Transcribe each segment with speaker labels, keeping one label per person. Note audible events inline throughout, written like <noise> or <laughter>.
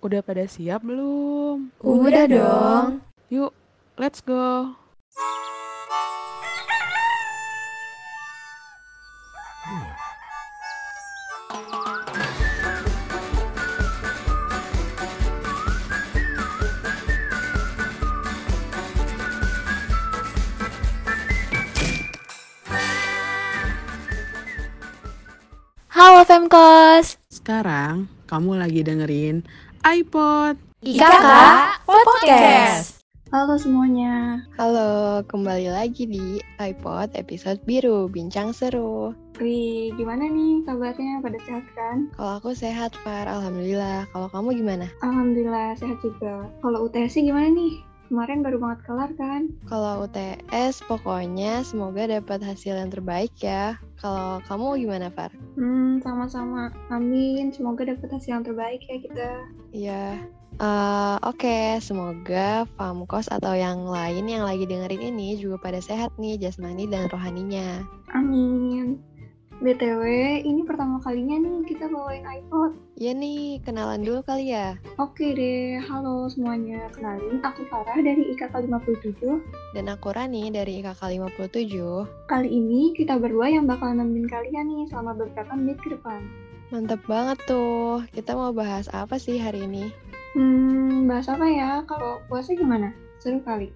Speaker 1: Udah pada siap belum?
Speaker 2: Udah dong.
Speaker 1: Yuk, let's go.
Speaker 2: Halo Femkos.
Speaker 1: Sekarang kamu lagi dengerin iPod.
Speaker 2: IKK Podcast.
Speaker 3: Halo semuanya.
Speaker 4: Halo, kembali lagi di iPod episode biru, bincang seru.
Speaker 3: Wih, gimana nih kabarnya? Pada sehat kan?
Speaker 4: Kalau aku sehat, Far. Alhamdulillah. Kalau kamu gimana?
Speaker 3: Alhamdulillah sehat juga. Kalau UTS gimana nih? Kemarin baru banget kelar kan?
Speaker 4: Kalau UTS, pokoknya semoga dapat hasil yang terbaik ya. Kalau kamu gimana, Far?
Speaker 3: Hmm, sama-sama. Amin. Semoga dapat hasil yang terbaik ya kita.
Speaker 4: Iya. Eh, Oke, semoga Famkos atau yang lain yang lagi dengerin ini juga pada sehat nih jasmani dan rohaninya.
Speaker 3: Amin. BTW, ini pertama kalinya nih kita bawain iPod.
Speaker 4: Ya nih, kenalan dulu kali ya.
Speaker 3: Oke deh, halo semuanya. Kenalin, aku Farah dari IKK 57.
Speaker 4: Dan aku Rani dari IKK 57.
Speaker 3: Kali ini kita berdua yang bakal nemenin kalian nih selama beberapa menit ke depan.
Speaker 4: Mantep banget tuh. Kita mau bahas apa sih hari ini?
Speaker 3: Hmm, bahas apa ya? Kalau puasa gimana? Seru kali.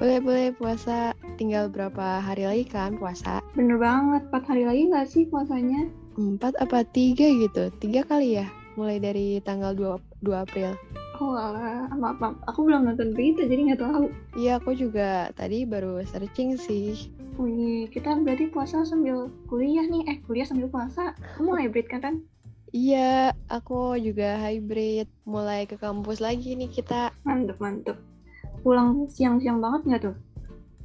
Speaker 4: Boleh, boleh puasa. Tinggal berapa hari lagi kan puasa?
Speaker 3: Bener banget, 4 hari lagi nggak sih puasanya?
Speaker 4: Empat apa tiga gitu? Tiga kali ya? Mulai dari tanggal 2, 2 April.
Speaker 3: Oh alah, maaf, maaf. Aku belum nonton berita jadi nggak tahu.
Speaker 4: Iya, aku juga tadi baru searching sih.
Speaker 3: Wih, Oh, iya. kita berarti puasa sambil kuliah nih. Eh, kuliah sambil puasa. Kamu hybrid kan, Ran?
Speaker 4: Iya, aku juga hybrid. Mulai ke kampus lagi nih kita.
Speaker 3: Mantep, mantep. Pulang siang-siang banget nggak tuh?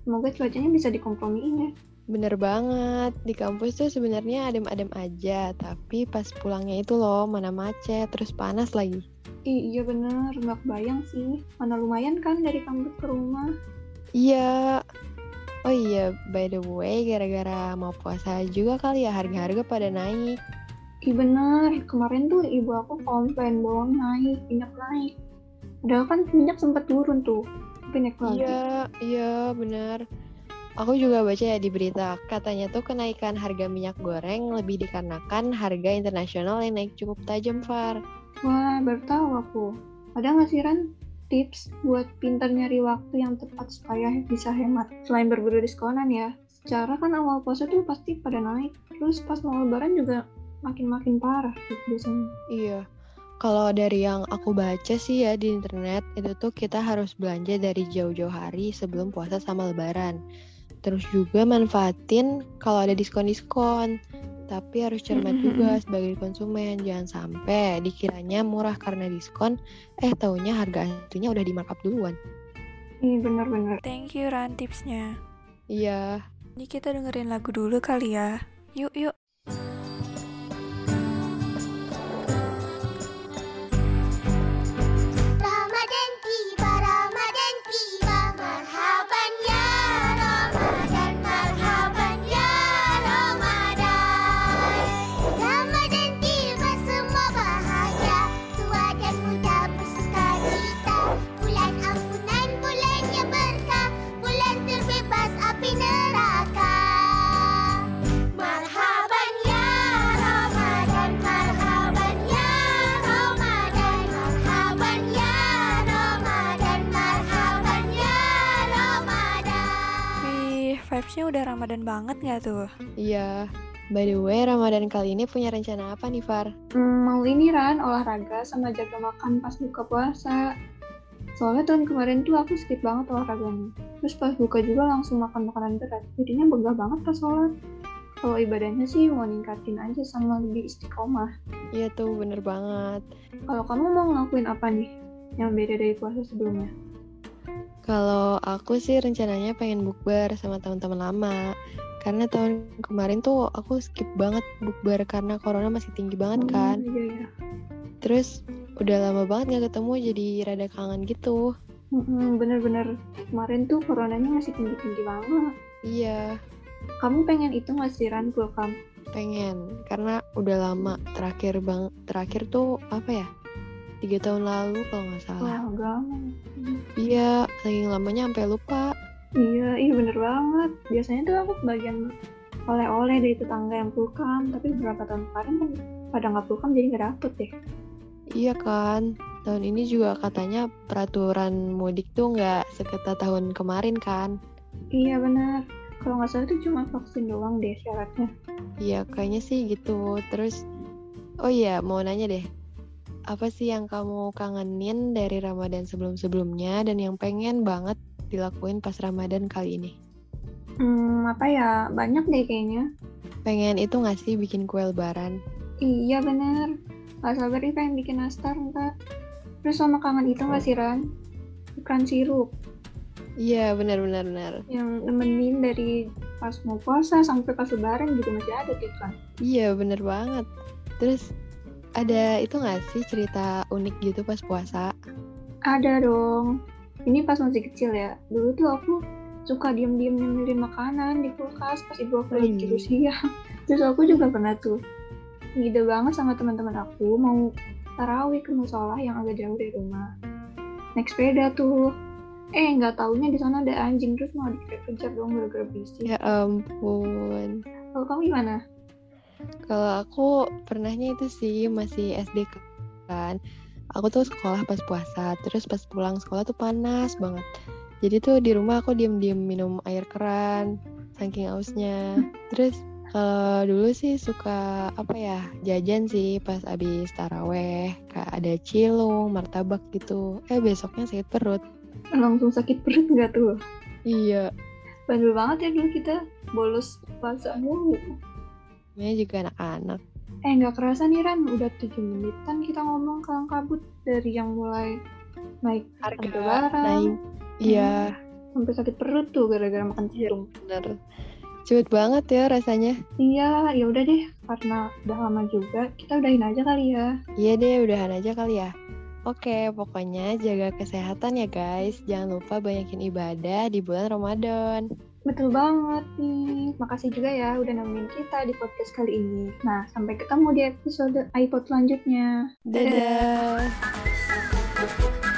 Speaker 3: Semoga cuacanya bisa dikompromiin ya.
Speaker 4: Bener banget. Di kampus tuh sebenarnya adem-adem aja. Tapi pas pulangnya itu loh, mana macet, terus panas lagi.
Speaker 3: Ih, iya bener, nggak bayang sih. Mana lumayan kan dari kampus ke rumah.
Speaker 4: Iya. Oh iya, by the way, gara-gara mau puasa juga kali ya harga-harga pada naik.
Speaker 3: Ih bener, kemarin tuh ibu aku komplain bawang naik, minyak naik. Padahal kan minyak sempat turun tuh, tapi naik lagi.
Speaker 4: Iya, iya benar. Aku juga baca ya di berita, katanya tuh kenaikan harga minyak goreng lebih dikarenakan harga internasional yang naik cukup tajam, Far.
Speaker 3: Wah, baru tahu aku. Ada nggak sih Ran tips buat pintar nyari waktu yang tepat supaya bisa hemat? Selain berburu diskonan ya, secara kan awal puasa tuh pasti pada naik. Terus pas mau lebaran juga makin-makin parah gitu biasanya.
Speaker 4: Iya. Kalau dari yang aku baca sih ya di internet, itu tuh kita harus belanja dari jauh-jauh hari sebelum puasa sama lebaran. Terus juga manfaatin kalau ada diskon-diskon. Tapi harus cermat
Speaker 3: Mm-mm-mm.
Speaker 4: juga sebagai konsumen, jangan sampai dikiranya murah karena diskon, eh taunya harga aslinya udah di markup duluan.
Speaker 3: Ini bener-bener.
Speaker 5: Thank you Ran tipsnya.
Speaker 4: Iya.
Speaker 5: Ini kita dengerin lagu dulu kali ya. Yuk yuk.
Speaker 6: Ramadan tiba, Ramadan tiba, marhaban ya Ramadan, marhaban ya Ramadan. Ramadan tiba semua bahagia, tua dan muda bersuka cita. Bulan ampunan, bulannya berkah, bulan terbebas api neraka. Marhaban ya Ramadan, marhaban ya Ramadan, marhaban ya Ramadan, marhaban ya Ramadan.
Speaker 5: Wih, vibes-nya udah Ramadan banget nggak tuh?
Speaker 4: Iya. By the way, Ramadan kali ini punya rencana apa nih, Far?
Speaker 3: Hmm, mau ini Ran, olahraga sama jaga makan pas buka puasa. Soalnya tahun kemarin tuh aku skip banget olahraganya. Terus pas buka juga langsung makan makanan berat. Jadinya begah banget pas sholat. Kalau ibadahnya sih mau ningkatin aja sama lebih istiqomah.
Speaker 4: Iya tuh, bener banget.
Speaker 3: Kalau kamu mau ngelakuin apa nih yang beda dari puasa sebelumnya?
Speaker 4: Kalau aku sih rencananya pengen bukber sama teman-teman lama. Karena tahun kemarin tuh aku skip banget bukber karena corona masih tinggi banget kan.
Speaker 3: Hmm, iya, iya.
Speaker 4: Terus udah lama banget gak ketemu jadi rada kangen gitu.
Speaker 3: Mm-mm, bener-bener kemarin tuh coronanya masih tinggi-tinggi banget.
Speaker 4: Iya,
Speaker 3: Kamu pengen itu nggak sih Ran kulkam?
Speaker 4: pengen. Karena udah lama terakhir bang terakhir tuh apa ya? tiga tahun lalu kalau nggak salah.
Speaker 3: Wah, agak lama.
Speaker 4: Iya, saking lamanya sampai lupa.
Speaker 3: Iya, iya bener banget. Biasanya tuh aku bagian oleh-oleh dari tetangga yang pulkam, tapi beberapa tahun kemarin kan pada nggak pulkam jadi nggak dapet deh.
Speaker 4: Iya kan, tahun ini juga katanya peraturan mudik tuh nggak seketat tahun kemarin kan?
Speaker 3: Iya bener. Kalau nggak salah itu cuma vaksin doang deh syaratnya.
Speaker 4: Iya, kayaknya sih gitu. Terus, oh iya, mau nanya deh. Apa sih yang kamu kangenin dari Ramadan sebelum-sebelumnya dan yang pengen banget dilakuin pas Ramadan kali ini?
Speaker 3: Hmm, apa ya, banyak deh kayaknya.
Speaker 4: Pengen itu nggak sih bikin kue lebaran?
Speaker 3: Iya bener. Gak sabar nih pengen bikin nastar ntar. Terus sama kangen itu nggak sih Ran? Ikan sirup
Speaker 4: Iya, benar-benar benar.
Speaker 3: yang nemenin dari pas mau puasa sampai pas lebaran juga masih ada tuh kan.
Speaker 4: Iya, bener banget. Terus, ada itu nggak sih cerita unik gitu pas puasa?
Speaker 3: Ada dong. Ini pas masih kecil ya. Dulu tuh aku suka diam-diam nyemirin makanan di kulkas pas ibu aku lagi
Speaker 1: Hmm.
Speaker 3: tidur siang. <laughs> Terus aku juga pernah tuh ngide banget sama teman-teman aku mau tarawih ke musola yang agak jauh dari rumah. Naik sepeda tuh. Eh nggak taunya di sana ada anjing terus mau dikejar-kejar dong gara-gara bisnis.
Speaker 4: Ya ampun.
Speaker 3: Kalau kamu gimana?
Speaker 4: Kalau aku pernahnya itu sih masih SD kan. Aku tuh sekolah pas puasa, terus pas pulang sekolah tuh panas banget. Jadi tuh di rumah aku diem-diem minum air keran, saking hausnya. Terus kalau dulu sih suka apa ya jajan sih pas abis taraweh kayak ada cilung martabak gitu eh besoknya sakit perut
Speaker 3: Langsung sakit perut nggak tuh?
Speaker 4: iya
Speaker 3: Bandel banget ya dulu kita bolos puasa mulu.
Speaker 4: namanya juga anak-anak
Speaker 3: Eh nggak kerasa nih Ran, udah 7 menitan kita ngomong kalang kabut dari yang mulai naik harga Hmm. barang
Speaker 4: naik iya
Speaker 3: sampai sakit perut tuh gara-gara makan jarum.
Speaker 4: bener cepet banget ya rasanya
Speaker 3: Iya, ya udah deh karena udah lama juga kita udahin aja kali ya.
Speaker 4: Iya deh, udahan aja kali ya. Oke, pokoknya jaga kesehatan ya guys. Jangan lupa banyakin ibadah di bulan Ramadan.
Speaker 3: Betul banget nih. Makasih juga ya udah nemenin kita di podcast kali ini. Nah, sampai ketemu di episode iPod selanjutnya.
Speaker 2: Dadah.
Speaker 6: Dadah.